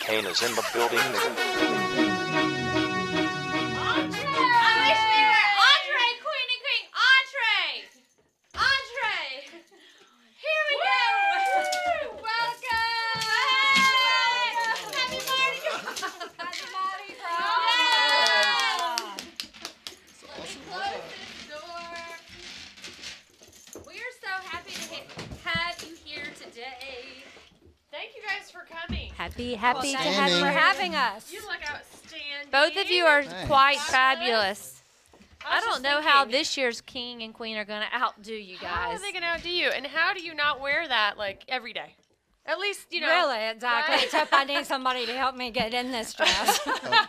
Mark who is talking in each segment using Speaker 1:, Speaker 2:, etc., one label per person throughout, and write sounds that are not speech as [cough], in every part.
Speaker 1: Kane is in the building.
Speaker 2: I wish we were Andre, Queen and King. Andre! Andre! Here we go! Welcome! Happy Mardi Gras! Happy Mardi Gras! Let me close this door. We are so happy to ha- have you here today.
Speaker 3: Thank you guys for coming.
Speaker 4: Happy, happy to have
Speaker 5: Outstanding.
Speaker 4: for having us.
Speaker 3: You look outstanding.
Speaker 4: Both of you are
Speaker 5: Thanks.
Speaker 4: quite
Speaker 3: Fabulous.
Speaker 4: fabulous. I
Speaker 3: was
Speaker 4: don't
Speaker 3: just
Speaker 4: know how
Speaker 3: thinking,
Speaker 4: this year's king and queen are going to outdo you
Speaker 3: How are
Speaker 4: guys.
Speaker 3: they gonna outdo you? And how do you not wear that like every
Speaker 4: [laughs]
Speaker 3: day? At least you know.
Speaker 4: really, exactly.
Speaker 3: Right.
Speaker 4: Except I need somebody to help me get in this dress.
Speaker 3: [laughs] I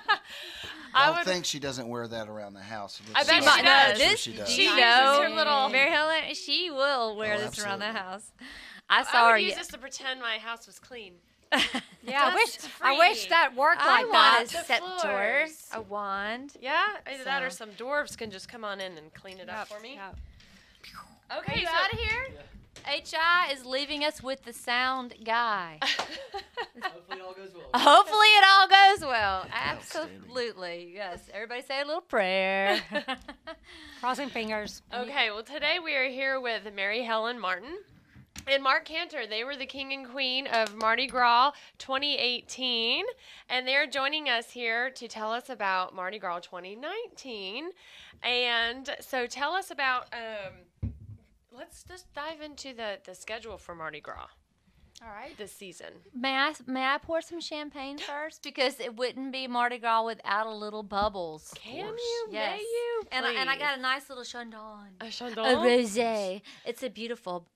Speaker 5: I
Speaker 3: would.
Speaker 5: don't think she doesn't wear that around the house.
Speaker 3: I
Speaker 5: Looks
Speaker 3: bet
Speaker 5: like-
Speaker 3: she
Speaker 5: I'm sure
Speaker 3: does.
Speaker 4: This-
Speaker 5: she does.
Speaker 3: she
Speaker 4: you
Speaker 3: uses
Speaker 4: know,
Speaker 3: her little.
Speaker 4: Mary Helen, she will wear
Speaker 5: Oh,
Speaker 4: this around the
Speaker 5: absolutely.
Speaker 4: house. I saw
Speaker 3: I
Speaker 4: her.
Speaker 3: would use
Speaker 4: [laughs] ye-
Speaker 3: this to pretend my house was clean.
Speaker 4: yeah,
Speaker 3: Dust
Speaker 4: I wish I
Speaker 3: free.
Speaker 4: wish that worked
Speaker 3: I
Speaker 4: like that.
Speaker 3: want the
Speaker 4: A scepter,
Speaker 3: floors.
Speaker 4: a wand.
Speaker 3: Yeah, either that or
Speaker 4: So-
Speaker 3: some dwarves can just come on in and clean it up for me.
Speaker 4: Yep.
Speaker 3: Okay,
Speaker 4: Are you out of here? HI is leaving us with the sound guy.
Speaker 3: [laughs]
Speaker 4: [laughs]
Speaker 6: Hopefully it all goes well.
Speaker 4: Hopefully it all goes well.
Speaker 5: Outstanding.
Speaker 4: Absolutely. Yes. Everybody say a little prayer.
Speaker 7: Crossing fingers.
Speaker 3: Okay, well, today we are here with Mary Helen Martin and Mark Cantor. They were the king and queen of Mardi Gras 2018, and they're joining us here to tell us about Mardi Gras 2019. And so tell us about, um, let's just dive into the, the schedule for Mardi Gras
Speaker 7: All right.
Speaker 3: this season.
Speaker 4: may I may I pour some champagne first? Because it wouldn't be Mardi Gras without a little bubbles.
Speaker 3: Can
Speaker 5: course.
Speaker 3: you?
Speaker 4: Yes.
Speaker 3: May you?
Speaker 4: And I, and I
Speaker 3: please?
Speaker 4: got a nice little chandon. A
Speaker 3: a
Speaker 4: Oh,
Speaker 3: chandon.
Speaker 4: rosé. It's a beautiful.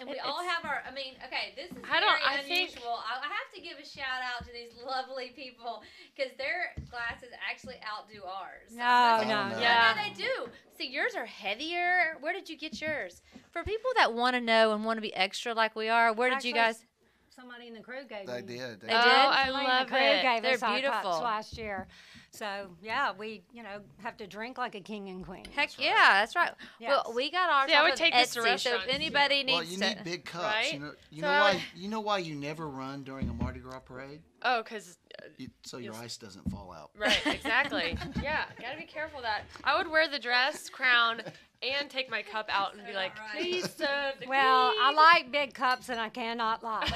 Speaker 4: And we
Speaker 3: It-
Speaker 4: all
Speaker 3: it's-
Speaker 4: have our. I mean, okay, this is
Speaker 3: I
Speaker 4: very
Speaker 3: don't- I think-
Speaker 4: unusual. I, I have to give a shout out to these lovely people because their glasses actually outdo ours.
Speaker 7: No,
Speaker 4: Which-
Speaker 5: no,
Speaker 4: No,
Speaker 5: Oh, no.
Speaker 3: Yeah.
Speaker 4: they do. See, yours are heavier. Where did you get yours? For people that want to know and want to be extra like we are, where did you guys?
Speaker 7: Actually, Somebody in the crew gave
Speaker 5: They
Speaker 7: me-
Speaker 5: did. They
Speaker 3: oh,
Speaker 4: did?
Speaker 3: I
Speaker 7: somebody in
Speaker 3: love
Speaker 7: the crew
Speaker 3: it.
Speaker 7: Gave
Speaker 4: They're
Speaker 7: us our cups
Speaker 4: beautiful.
Speaker 7: last year. So yeah, we you know have to drink like a king and queen.
Speaker 4: Heck yeah, that's right. Well,
Speaker 7: Yes.
Speaker 4: we got ours.
Speaker 3: See, I
Speaker 4: off
Speaker 3: would
Speaker 4: of
Speaker 3: take
Speaker 4: Etsy,
Speaker 3: this to
Speaker 4: So if
Speaker 3: restaurants, too.
Speaker 4: anybody needs
Speaker 5: well, you
Speaker 4: to,
Speaker 5: need big cups.
Speaker 3: Right?
Speaker 5: You know, you
Speaker 3: So
Speaker 5: know
Speaker 3: I
Speaker 5: why
Speaker 3: would-
Speaker 5: you know why you never run during a Mardi Gras parade?
Speaker 3: Oh, because
Speaker 5: You, so your
Speaker 3: Yes.
Speaker 5: ice doesn't fall out.
Speaker 3: [laughs]
Speaker 5: [laughs]
Speaker 3: Right, exactly. yeah, gotta be careful of that. I would wear the dress, crown, and take my cup out and be like, please serve the
Speaker 7: Well, I
Speaker 3: queen."
Speaker 7: like big cups, and I cannot lie.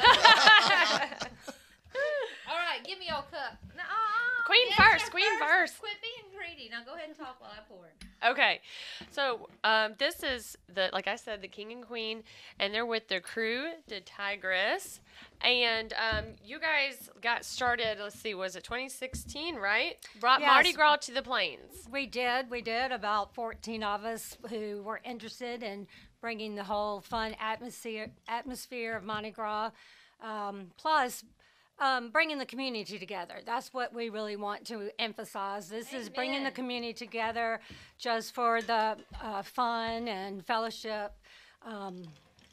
Speaker 4: all right, give me your cup. No, uh-uh,
Speaker 3: Queen
Speaker 4: yes,
Speaker 3: first,
Speaker 4: you're
Speaker 3: queen first.
Speaker 4: Quit being greedy. Now go ahead and talk while I pour.
Speaker 3: [laughs] Okay, so um, this is the like I said, the king and queen, and they're with the crew, the Tigress, and um, you guys got started. Let's see, was it 2016? Right, brought
Speaker 7: Yes.
Speaker 3: Mardi Gras to the plains.
Speaker 7: We did. We did. About 14 of us who were interested in bringing the whole fun atmosphere atmosphere of Mardi Gras, um, plus um, bringing the community together. That's what we really want to emphasize. This is bringing the
Speaker 4: Amen.
Speaker 7: community together, just for the uh, fun and fellowship. Um,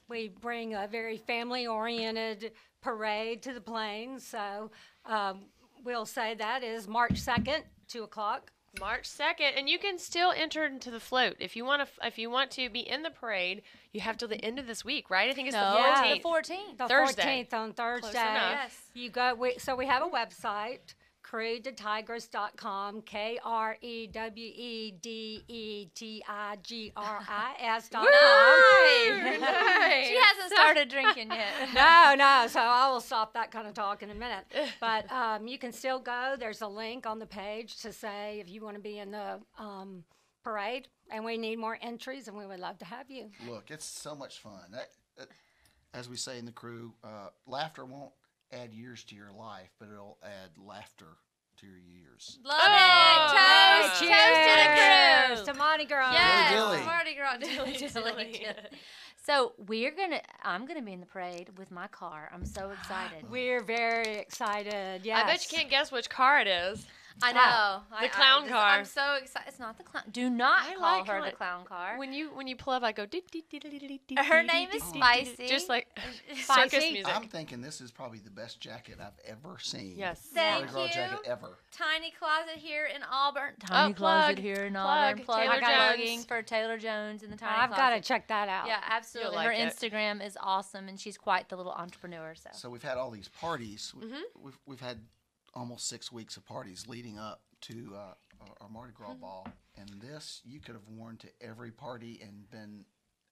Speaker 7: we bring a very family oriented parade to the plains. So um, we'll say that is March 2nd, 2 o'clock.
Speaker 3: March 2nd, and you can still enter into the float if you want to. If you want to be in the parade, you have till the end of this week, right? I think it's the 14th.
Speaker 7: Yeah.
Speaker 4: the fourteenth.
Speaker 7: the
Speaker 3: Thursday.
Speaker 7: 14th on Thursday.
Speaker 3: enough.
Speaker 4: Yes.
Speaker 7: You go. We, so we have a website, crewdetigress.com, K R E W E D E T I G R I S
Speaker 4: [laughs]
Speaker 7: dot com.
Speaker 4: She hasn't started drinking
Speaker 7: [laughs]
Speaker 4: yet.
Speaker 7: No, no. So I will stop that kind of talk in
Speaker 3: [laughs]
Speaker 7: a minute. But um, you can still go. There's a link on the page to say if you want to be in the um, parade, and we need more entries, and we would love to have you.
Speaker 5: Look, it's so much fun. That, that, as we say in the crew, uh, laughter won't add years to your life, but it'll add laughter to your years.
Speaker 4: Love
Speaker 3: Oh,
Speaker 4: it. Toast. Toast to
Speaker 7: Cheers
Speaker 4: the
Speaker 7: to
Speaker 4: crew.
Speaker 7: Mardi Gras.
Speaker 4: Yes.
Speaker 5: Dilly.
Speaker 4: Mardi Gras. Dilly, dilly, dilly. So we're gonna. I'm gonna be in the parade with my car. I'm so excited.
Speaker 7: We're very excited. Yes.
Speaker 3: I bet you can't guess which car it is.
Speaker 4: I know. I,
Speaker 3: The clown
Speaker 4: I just,
Speaker 3: car.
Speaker 4: I'm so excited. It's not the clown. Do not
Speaker 3: I
Speaker 4: call
Speaker 3: like
Speaker 4: her
Speaker 3: clown-
Speaker 4: the clown car.
Speaker 3: When you when you pull up, I go. "Dee, dee, dee, dee, dee, dee,
Speaker 4: Her
Speaker 3: dee, dee,
Speaker 4: name
Speaker 3: dee,
Speaker 4: is
Speaker 3: dee, dee, dee,"
Speaker 4: Spicy.
Speaker 3: Just [laughs] like circus
Speaker 4: Spicy.
Speaker 3: music.
Speaker 5: I'm thinking this is probably the best jacket I've ever seen.
Speaker 3: Yes.
Speaker 5: Mardi
Speaker 4: Thank
Speaker 5: Gras jacket
Speaker 4: you.
Speaker 5: ever.
Speaker 4: Tiny closet here in Auburn. Tiny
Speaker 3: plug,
Speaker 4: closet here in
Speaker 3: plug,
Speaker 4: Auburn. Plug.
Speaker 3: Taylor
Speaker 4: I got
Speaker 3: Jones.
Speaker 4: plugging for Taylor Jones in the tiny
Speaker 7: I've
Speaker 4: closet.
Speaker 7: got to check that out.
Speaker 4: Yeah, absolutely.
Speaker 3: like
Speaker 4: Her
Speaker 3: it.
Speaker 4: Instagram is awesome, and she's quite the little entrepreneur. So,
Speaker 5: So we've had all these parties. We, We've we've had almost six weeks of parties leading up to uh, our- our Mardi Gras ball, and this you could have worn to every party and been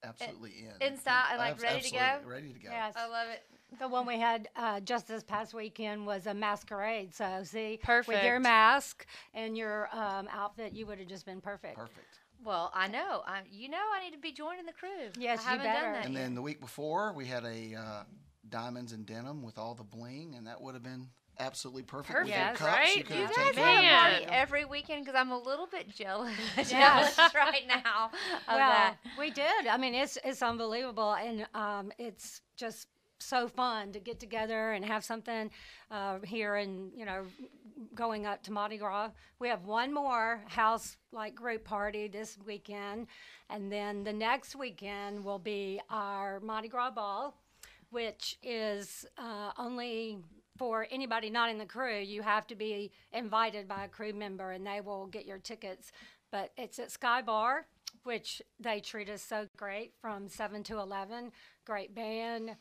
Speaker 5: absolutely in
Speaker 4: in style and, like,
Speaker 5: Abs-
Speaker 4: ready to
Speaker 5: absolutely
Speaker 4: go?
Speaker 5: Ready to go.
Speaker 7: Yes.
Speaker 4: I love it.
Speaker 7: The one we had uh, just this past weekend was a masquerade. So, see, with your
Speaker 3: Perfect.
Speaker 7: mask and your um, outfit, you would have just been perfect.
Speaker 5: Perfect.
Speaker 4: Well, I know. I, you know, I need to be joining the crew.
Speaker 7: Yes,
Speaker 4: I
Speaker 7: you
Speaker 4: haven't done
Speaker 7: better.
Speaker 4: that
Speaker 5: And
Speaker 4: yet.
Speaker 5: then the week before, we had a uh, diamonds and denim with all the bling, and that would have been absolutely perfect. with your
Speaker 7: Perfect,
Speaker 5: cups.
Speaker 3: right?
Speaker 5: You
Speaker 3: You
Speaker 5: could
Speaker 4: You
Speaker 5: have
Speaker 4: guys
Speaker 5: taken
Speaker 3: it
Speaker 4: have
Speaker 3: Man.
Speaker 4: a party every weekend because I'm a little bit jealous, [laughs]
Speaker 7: Yes.
Speaker 4: jealous right now [laughs] of
Speaker 7: well,
Speaker 4: that.
Speaker 7: we did. I mean, it's it's unbelievable, and um, it's just so fun to get together and have something uh, here, and you know, going up to Mardi Gras. We have one more house like group party this weekend, and then the next weekend will be our Mardi Gras ball, which is uh, only. For anybody not in the crew, you have to be invited by a crew member and they will get your tickets. But it's at Sky Bar which they treat us so great from 7 to 11. Great band.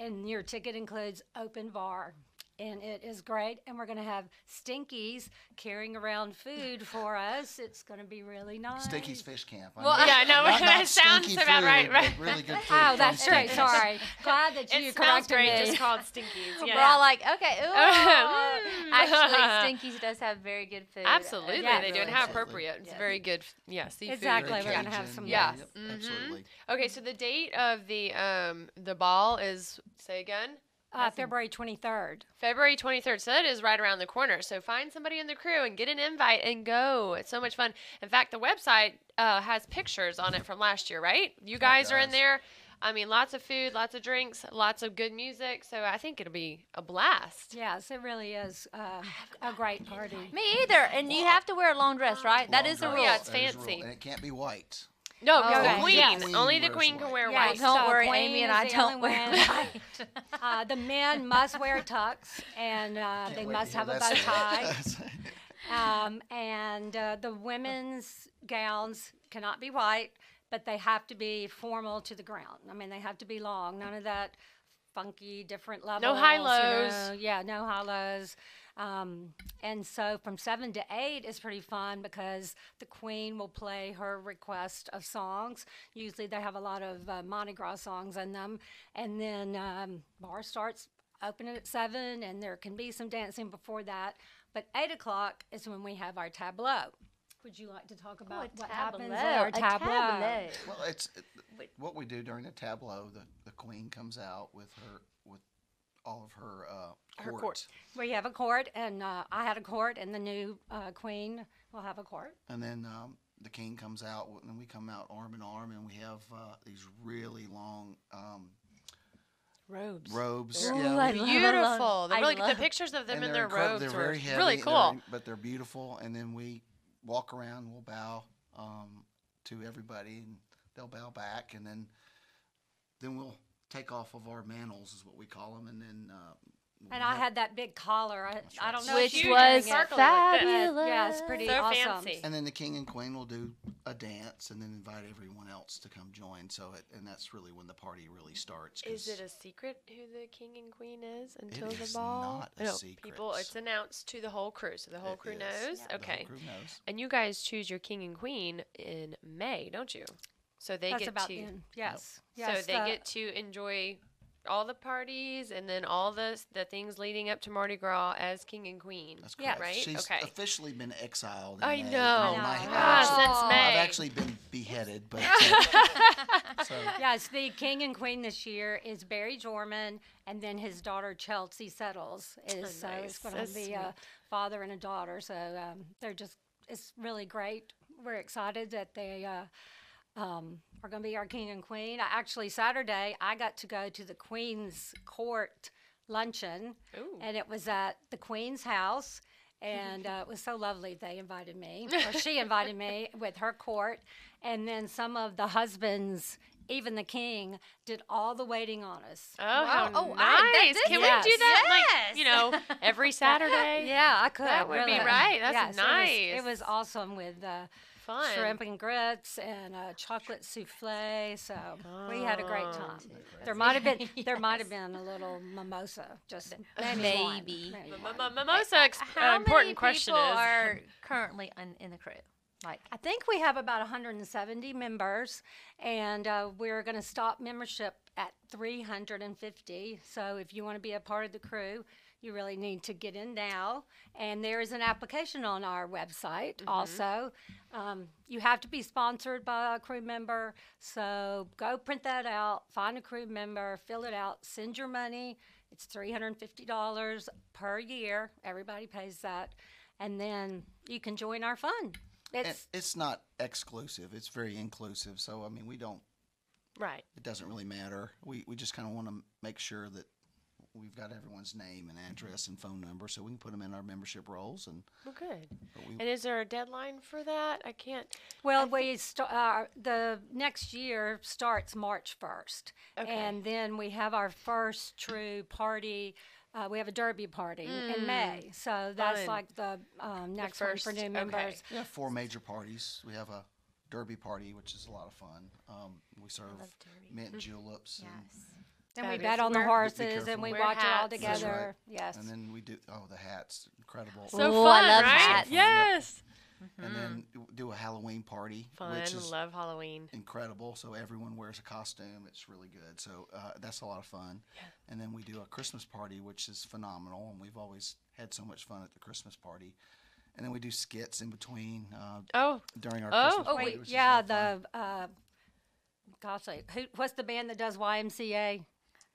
Speaker 7: And your ticket includes open bar. And it is great. And we're going to have Stinkies carrying around food for us. It's going to be really nice.
Speaker 5: Stinky's Fish Camp.
Speaker 3: [laughs]
Speaker 5: I
Speaker 3: Well,
Speaker 5: know-
Speaker 3: yeah, no,
Speaker 5: not-
Speaker 3: that
Speaker 5: not
Speaker 3: sounds
Speaker 5: stinky
Speaker 3: about
Speaker 5: food,
Speaker 3: right,
Speaker 5: but
Speaker 3: right.
Speaker 5: Really good food.
Speaker 7: Oh,
Speaker 5: from
Speaker 7: that's right.
Speaker 5: Stinky's.
Speaker 7: Sorry. Glad that you
Speaker 3: It smells
Speaker 7: corrected
Speaker 3: great,
Speaker 7: me.
Speaker 3: just
Speaker 7: [laughs]
Speaker 3: called Stinkies.
Speaker 4: We're all like, [laughs] okay, ooh. [laughs]
Speaker 3: Mm.
Speaker 4: Actually, Stinkies does have very good food.
Speaker 3: Absolutely,
Speaker 7: Yeah,
Speaker 3: they do, and
Speaker 5: really.
Speaker 3: how
Speaker 5: Absolutely.
Speaker 4: Yeah.
Speaker 3: appropriate. It's very good. f- Yeah, seafood.
Speaker 5: Very
Speaker 7: Exactly, we're gonna have
Speaker 5: Cajun,
Speaker 7: some
Speaker 5: yeah,
Speaker 3: Yes.
Speaker 5: yep,
Speaker 3: Mhm.
Speaker 5: Absolutely.
Speaker 3: Okay, so the date of the um the ball is say again
Speaker 7: Uh, February 23rd.
Speaker 3: February 23rd. So that is right around the corner. So find somebody in the crew and get an invite and go. It's so much fun. In fact, the website uh, has pictures on it from last year, right? You guys are in
Speaker 5: does.
Speaker 3: there. I mean, lots of food, lots of drinks, lots of good music. So I think it'll be a blast.
Speaker 7: Yes, it really is uh, a great party.
Speaker 4: Me either. And you have to wear a long dress, right? that
Speaker 5: Long
Speaker 4: is the
Speaker 5: dress,
Speaker 4: rule.
Speaker 3: Yeah, it's
Speaker 5: that is the rule,
Speaker 3: fancy.
Speaker 5: And it can't be white.
Speaker 3: No,
Speaker 7: Oh,
Speaker 3: because
Speaker 7: okay.
Speaker 3: the queen.
Speaker 7: Yes.
Speaker 3: Only the
Speaker 5: Queen
Speaker 3: queen can wear
Speaker 5: wears white.
Speaker 7: Yeah,
Speaker 3: white.
Speaker 4: Don't
Speaker 7: So
Speaker 4: worry,
Speaker 7: Queen
Speaker 4: Amy and
Speaker 7: is
Speaker 4: I
Speaker 7: the
Speaker 4: don't
Speaker 7: only
Speaker 4: wear
Speaker 7: one.
Speaker 4: white. [laughs]
Speaker 7: Uh, the men must wear tux and uh,
Speaker 5: Can't
Speaker 7: they
Speaker 5: wait to
Speaker 7: must
Speaker 5: hear
Speaker 7: have a
Speaker 5: that
Speaker 7: bow
Speaker 5: story. [laughs]
Speaker 7: tie. um, and uh, the women's gowns cannot be white, but they have to be formal to the ground. I mean, they have to be long. None of that funky, different levels.
Speaker 3: high
Speaker 7: you
Speaker 3: lows.
Speaker 7: know. Yeah, no high lows. Um, and so from seven to eight is pretty fun because the queen will play her request of songs. Usually they have a lot of uh, Mardi Gras songs in them. And then um, bar starts opening at seven, and there can be some dancing before that. But eight o'clock is when we have our tableau. Would you like to talk about what happens at our
Speaker 4: Oh, a
Speaker 7: tableau?
Speaker 4: tableau.
Speaker 5: Well, it's it- what we do during the tableau. The, the queen comes out with her with all of her uh,
Speaker 3: Her
Speaker 5: court.
Speaker 3: court.
Speaker 7: We have a court, and uh, I had a court, and the new uh, queen will have a court.
Speaker 5: and then um, the king comes out, and then we come out arm in arm, and we have uh, these really long um,
Speaker 3: Robes.
Speaker 5: robes.
Speaker 4: Ooh,
Speaker 5: yeah,
Speaker 4: I
Speaker 5: we-
Speaker 4: love-
Speaker 3: Beautiful. They
Speaker 4: I
Speaker 3: really the
Speaker 4: love-
Speaker 3: pictures of them
Speaker 5: and
Speaker 3: in
Speaker 5: they're
Speaker 3: their
Speaker 5: incre-
Speaker 3: robes
Speaker 5: They're
Speaker 3: were
Speaker 5: very heavy,
Speaker 3: really
Speaker 5: they're
Speaker 3: cool.
Speaker 5: in- but they're beautiful. And then we walk around, we'll bow um, to everybody, and they'll bow back, and then then we'll take off of our mantles, is what we call them, and then. Uh, we'll
Speaker 7: And I
Speaker 5: have-
Speaker 7: had that big collar. I, I don't know.
Speaker 3: Which
Speaker 7: if you
Speaker 3: was
Speaker 7: did it,
Speaker 3: circle like
Speaker 7: but
Speaker 3: this.
Speaker 7: yeah, it's pretty
Speaker 3: So
Speaker 7: awesome.
Speaker 3: fancy.
Speaker 5: And then the king and queen will do a dance, and then invite everyone else to come join. So it, and that's really when the party really starts.
Speaker 3: Is
Speaker 5: 'cause
Speaker 3: it a secret who the king and queen is until the
Speaker 5: is
Speaker 3: ball?
Speaker 5: not a secret.
Speaker 3: people. It's announced to the whole crew, so the whole
Speaker 5: it
Speaker 3: crew
Speaker 5: is.
Speaker 3: knows.
Speaker 5: The whole
Speaker 3: Okay,
Speaker 5: crew knows.
Speaker 3: and you guys choose your king and queen in May, don't you? So they
Speaker 7: That's
Speaker 3: get
Speaker 7: about
Speaker 3: to
Speaker 7: the end. Yes.
Speaker 3: so
Speaker 7: yes,
Speaker 3: they
Speaker 7: the-
Speaker 3: get to enjoy all the parties and then all the the things leading up to Mardi Gras as king and queen.
Speaker 5: That's
Speaker 7: Yeah.
Speaker 5: correct.
Speaker 3: Right?
Speaker 5: She's
Speaker 3: Okay.
Speaker 5: officially been exiled. in
Speaker 3: I
Speaker 5: May, and
Speaker 3: know.
Speaker 5: I
Speaker 7: I
Speaker 5: have actually-
Speaker 7: know.
Speaker 3: Gosh, since
Speaker 4: I've
Speaker 3: May.
Speaker 5: I've actually been beheaded, but uh,
Speaker 3: [laughs]
Speaker 5: so
Speaker 7: [laughs] Yes, the king and queen this year is Barry Jorman, and then his daughter Chelsea Settles is. so
Speaker 3: nice.
Speaker 7: it's going
Speaker 3: That's
Speaker 7: to be a father and a daughter. So um, they're just it's really great. We're excited that they uh, um, are going to be our king and queen. I, actually, Saturday I got to go to the Queen's Court luncheon,
Speaker 3: Ooh.
Speaker 7: and it was at the Queen's house. And uh, it was so lovely. They invited me, or she
Speaker 3: [laughs]
Speaker 7: invited me with her court. And then some of the husbands, even the king, did all the waiting on us.
Speaker 3: Oh, how
Speaker 4: Oh, I-
Speaker 3: nice!
Speaker 4: that- this
Speaker 3: Can
Speaker 7: is-
Speaker 3: we do that?
Speaker 4: yes.
Speaker 3: Like you know,
Speaker 7: [laughs]
Speaker 3: every Saturday.
Speaker 7: Yeah, I could.
Speaker 3: That would be
Speaker 7: really.
Speaker 3: right. That's
Speaker 7: Yes, it was- It
Speaker 3: nice.
Speaker 7: was, awesome with uh,
Speaker 3: fun.
Speaker 7: shrimp and grits and a chocolate souffle. So we had a great
Speaker 3: Oh.
Speaker 7: time.
Speaker 5: That's
Speaker 7: There might have been
Speaker 4: [laughs]
Speaker 7: there might have
Speaker 4: Yes.
Speaker 7: been a little mimosa, just maybe. one,
Speaker 4: Maybe.
Speaker 7: maybe
Speaker 3: M-
Speaker 7: one.
Speaker 3: m- mimosa, ex- uh, important question
Speaker 4: people
Speaker 3: is. [laughs]
Speaker 4: are currently in, in the crew? Like,
Speaker 7: I think we have about 170 members, and uh, we're going to stop membership at 350. So if you want to be a part of the crew, you really need to get in now. And there is an application on our website also. Um, you have to be sponsored by a crew member. So go print that out, find a crew member, fill it out, send your money. It's $350 per year. Everybody pays that. And then you can join our fund.
Speaker 5: And
Speaker 7: It's
Speaker 5: it's not exclusive. It's very inclusive. So I mean, we don't.
Speaker 3: Right.
Speaker 5: It doesn't really matter. We we just kind of want to make sure that we've got everyone's name and address and phone number, so we can put them in our membership roles. And
Speaker 3: Well, good.
Speaker 5: but we
Speaker 3: And is there a deadline for that? I can't.
Speaker 7: Well, we st- uh, the next year starts March 1st.
Speaker 3: Okay.
Speaker 7: And then we have our first true party. Uh, we have a derby party in May. So that's
Speaker 3: Hmm. Fun.
Speaker 7: like the um, next one
Speaker 3: first-
Speaker 7: for
Speaker 3: okay.
Speaker 7: new members.
Speaker 5: we have four major parties. We have a derby party, which is a lot of fun. Um, we serve
Speaker 4: love derby.
Speaker 5: mint
Speaker 3: Mm-hmm.
Speaker 5: juleps, and,
Speaker 7: And we
Speaker 3: Fabulous.
Speaker 7: bet on the
Speaker 3: Wear- Be
Speaker 7: horses and
Speaker 5: careful.
Speaker 7: we
Speaker 3: Wear
Speaker 7: watch it all
Speaker 3: hats. That's
Speaker 5: right.
Speaker 7: together. Yes.
Speaker 5: and then we do oh the hats, incredible.
Speaker 3: So
Speaker 4: Ooh, I
Speaker 3: fun,
Speaker 4: love
Speaker 3: right?
Speaker 4: hats.
Speaker 3: Yes.
Speaker 5: And then do a Halloween party,
Speaker 3: Mm. Fun.
Speaker 5: which is
Speaker 3: Love Halloween.
Speaker 5: incredible. So everyone wears a costume. It's really good. So uh, that's a lot of fun. And then we do a Christmas party, which is phenomenal. And we've always had so much fun at the Christmas party. And then we do skits in between uh,
Speaker 7: [laughs]
Speaker 3: [laughs] Oh,
Speaker 5: during our
Speaker 3: Oh.
Speaker 5: Christmas
Speaker 7: oh,
Speaker 5: party.
Speaker 7: wait.
Speaker 5: which is a lot
Speaker 7: Yeah.
Speaker 5: of fun.
Speaker 7: The, uh, gosh, like, who, what's the band that does YMCA?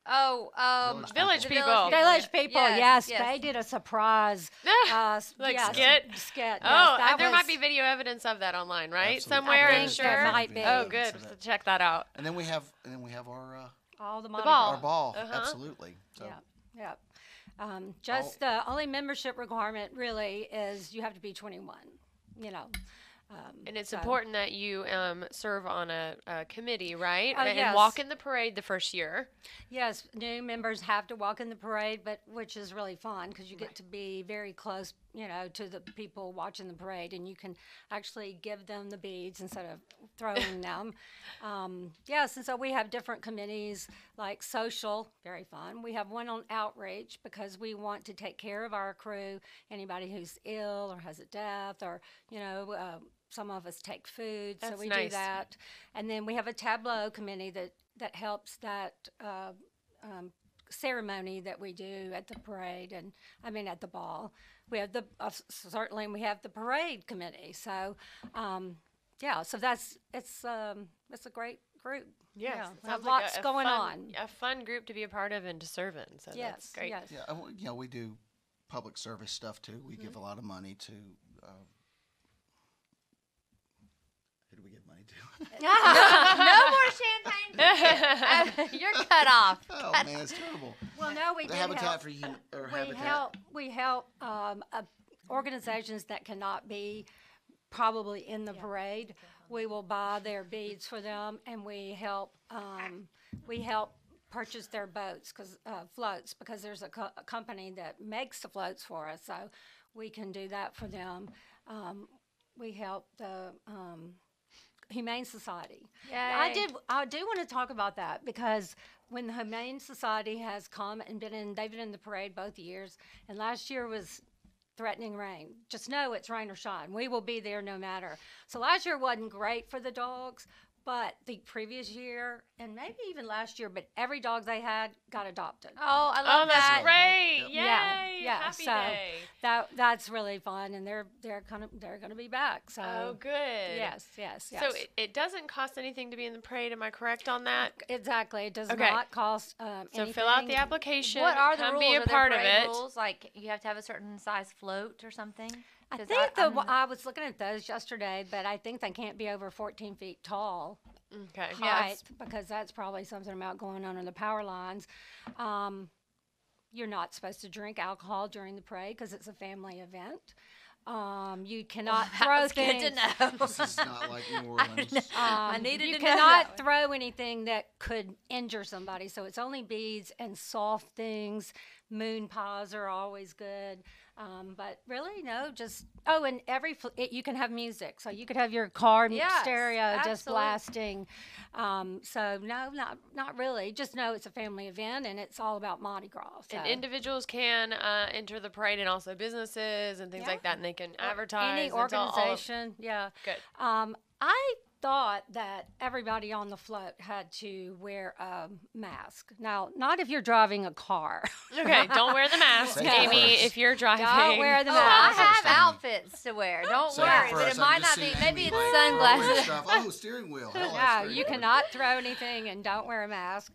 Speaker 4: oh, um,
Speaker 3: Village
Speaker 4: the
Speaker 3: People.
Speaker 7: Village People. Yes.
Speaker 4: yes.
Speaker 7: They did a surprise. Uh, s-
Speaker 3: [laughs] Like
Speaker 7: yes,
Speaker 3: skit?
Speaker 7: Skit. yes,
Speaker 3: oh,
Speaker 7: that
Speaker 3: and there
Speaker 7: was-
Speaker 3: might be video evidence of that online, right?
Speaker 5: Absolutely.
Speaker 3: Somewhere,
Speaker 7: I
Speaker 3: I'm
Speaker 7: think there
Speaker 3: sure.
Speaker 7: might be.
Speaker 3: Oh,
Speaker 5: Yeah,
Speaker 3: good.
Speaker 5: so
Speaker 3: So
Speaker 5: that-
Speaker 3: check that out.
Speaker 5: And then we have and then we have our uh,
Speaker 7: All the,
Speaker 3: ball.
Speaker 5: our ball.
Speaker 3: Uh-huh.
Speaker 5: Absolutely. So
Speaker 7: Yeah, yeah. Um, just the only membership requirement really is you have to be 21. You know. Um,
Speaker 3: And it's
Speaker 7: so-
Speaker 3: important that you um, serve on a, a committee, right?
Speaker 7: Oh,
Speaker 3: and
Speaker 7: yes.
Speaker 3: walk in the parade the first year.
Speaker 7: Yes, new members have to walk in the parade, but which is really fun because you get to be very close, you know, to the people watching the parade, and you can actually give them the beads instead of
Speaker 3: [laughs]
Speaker 7: throwing them. Um, yes, and so we have different committees like social, very fun. We have one on outreach because we want to take care of our crew, anybody who's ill or has a death, or you know. Uh, some of us take food, so
Speaker 3: That's
Speaker 7: we do
Speaker 3: nice.
Speaker 7: that. And then we have a tableau committee that that helps that uh, um, ceremony that we do at the parade, and I mean at the ball. We have the uh, s- certainly we have the parade committee. So um, yeah, so that's it's um, it's a great group. Yeah,
Speaker 3: it
Speaker 7: we
Speaker 3: sounds
Speaker 7: have
Speaker 3: like
Speaker 7: lots
Speaker 3: a- a
Speaker 7: going
Speaker 3: fun-
Speaker 7: on.
Speaker 3: A fun group to be a part of and to serve in. So that's
Speaker 7: yes,
Speaker 3: great.
Speaker 7: yes.
Speaker 5: yeah, and we- you know we do public service stuff too. We give a lot of money to. Uh, who do we give money to? [laughs]
Speaker 4: no more champagne. Um,
Speaker 3: [laughs]
Speaker 4: You're cut off.
Speaker 5: oh man, it's terrible.
Speaker 7: Well, no, we
Speaker 5: The
Speaker 7: did
Speaker 5: Habitat
Speaker 7: help.
Speaker 5: for Human or
Speaker 7: we
Speaker 5: Habitat.
Speaker 7: help we help um, uh, organizations that cannot be probably in the parade we will buy their beads for them and we help um, we help purchase their boats because uh, floats because there's a, co- a company that makes the floats for us so we can do that for them um, we help the um, humane society I
Speaker 4: Yay.
Speaker 7: did. I do want to talk about that because when the Humane Society has come and been in, they've been in the parade both years, and last year was threatening rain. Just know it's rain or shine. We will be there no matter. So last year wasn't great for the dogs, but the previous year and maybe even last year, but every dog they had got adopted.
Speaker 4: Oh, I
Speaker 3: Oh,
Speaker 4: love that.
Speaker 3: that's great. Yay.
Speaker 7: Yeah, yeah,
Speaker 3: Happy
Speaker 7: so-
Speaker 3: day.
Speaker 7: That that's really fun, and they're they're kind of they're going to be back. So
Speaker 3: Oh, good.
Speaker 7: um, yes, yes, yes.
Speaker 3: So it, it doesn't cost anything to be in the parade. Am I correct on that?
Speaker 7: exactly, it does
Speaker 3: Okay.
Speaker 7: not cost um,
Speaker 3: So fill out the
Speaker 7: anything.
Speaker 3: application.
Speaker 4: What are the
Speaker 3: come
Speaker 4: rules?
Speaker 3: be
Speaker 4: Are there
Speaker 3: a part of
Speaker 4: parade
Speaker 3: it.
Speaker 4: Rules? Like you have to have a certain size float or something. [laughs]
Speaker 7: I
Speaker 4: 'Cause
Speaker 7: think the
Speaker 4: I'm
Speaker 7: wa- I was looking at those yesterday, but I think they can't be over 14 feet tall
Speaker 3: Mm, Okay.
Speaker 7: height because that's probably something about going under the power lines. Um, you're not supposed to drink alcohol during the parade because it's a family event. Um, you
Speaker 4: [laughs]
Speaker 7: cannot
Speaker 4: that
Speaker 7: throw
Speaker 4: was
Speaker 7: things.
Speaker 4: good to know.
Speaker 5: This is not like New Orleans.
Speaker 4: [laughs] I
Speaker 7: Um,
Speaker 4: needed
Speaker 7: you
Speaker 4: to know
Speaker 7: cannot [laughs]
Speaker 4: that
Speaker 7: throw anything that could injure somebody. So it's only beads and soft things, moon pies are always good. Um, but really, no, just oh, and every fl- it, you can have music, so you could have your car m-
Speaker 4: Yes,
Speaker 7: stereo just
Speaker 4: absolutely.
Speaker 7: blasting. Um, so no, not not really. Just know it's a family event and it's all about Mardi Gras. So.
Speaker 3: And individuals can uh, enter the parade, and also businesses and things
Speaker 7: Yeah.
Speaker 3: like that, and they can
Speaker 7: Or
Speaker 3: advertise.
Speaker 7: any
Speaker 3: and tell all of-
Speaker 7: organization. yeah.
Speaker 3: Good.
Speaker 7: Um, I thought that everybody on the float had to wear a mask. Now, not if you're driving a car. [laughs]
Speaker 3: Okay,
Speaker 4: [laughs]
Speaker 3: don't wear the mask,
Speaker 5: Safety
Speaker 3: Amy,
Speaker 5: first.
Speaker 3: if you're driving.
Speaker 7: Don't wear the
Speaker 4: Oh, I
Speaker 7: mask.
Speaker 4: have
Speaker 5: First, I mean-
Speaker 4: outfits to wear. Don't
Speaker 5: Save it
Speaker 4: worry,
Speaker 5: for
Speaker 4: but
Speaker 5: us.
Speaker 4: it
Speaker 5: I'm
Speaker 4: might
Speaker 5: just
Speaker 4: not be.
Speaker 5: seeing
Speaker 4: Maybe
Speaker 5: Amy
Speaker 4: it's
Speaker 5: waving all this
Speaker 4: sunglasses.
Speaker 5: stuff. Oh, steering wheel.
Speaker 7: [laughs]
Speaker 5: Hell, that's
Speaker 7: No,
Speaker 5: very
Speaker 7: you
Speaker 5: good.
Speaker 7: cannot throw anything and don't wear a mask.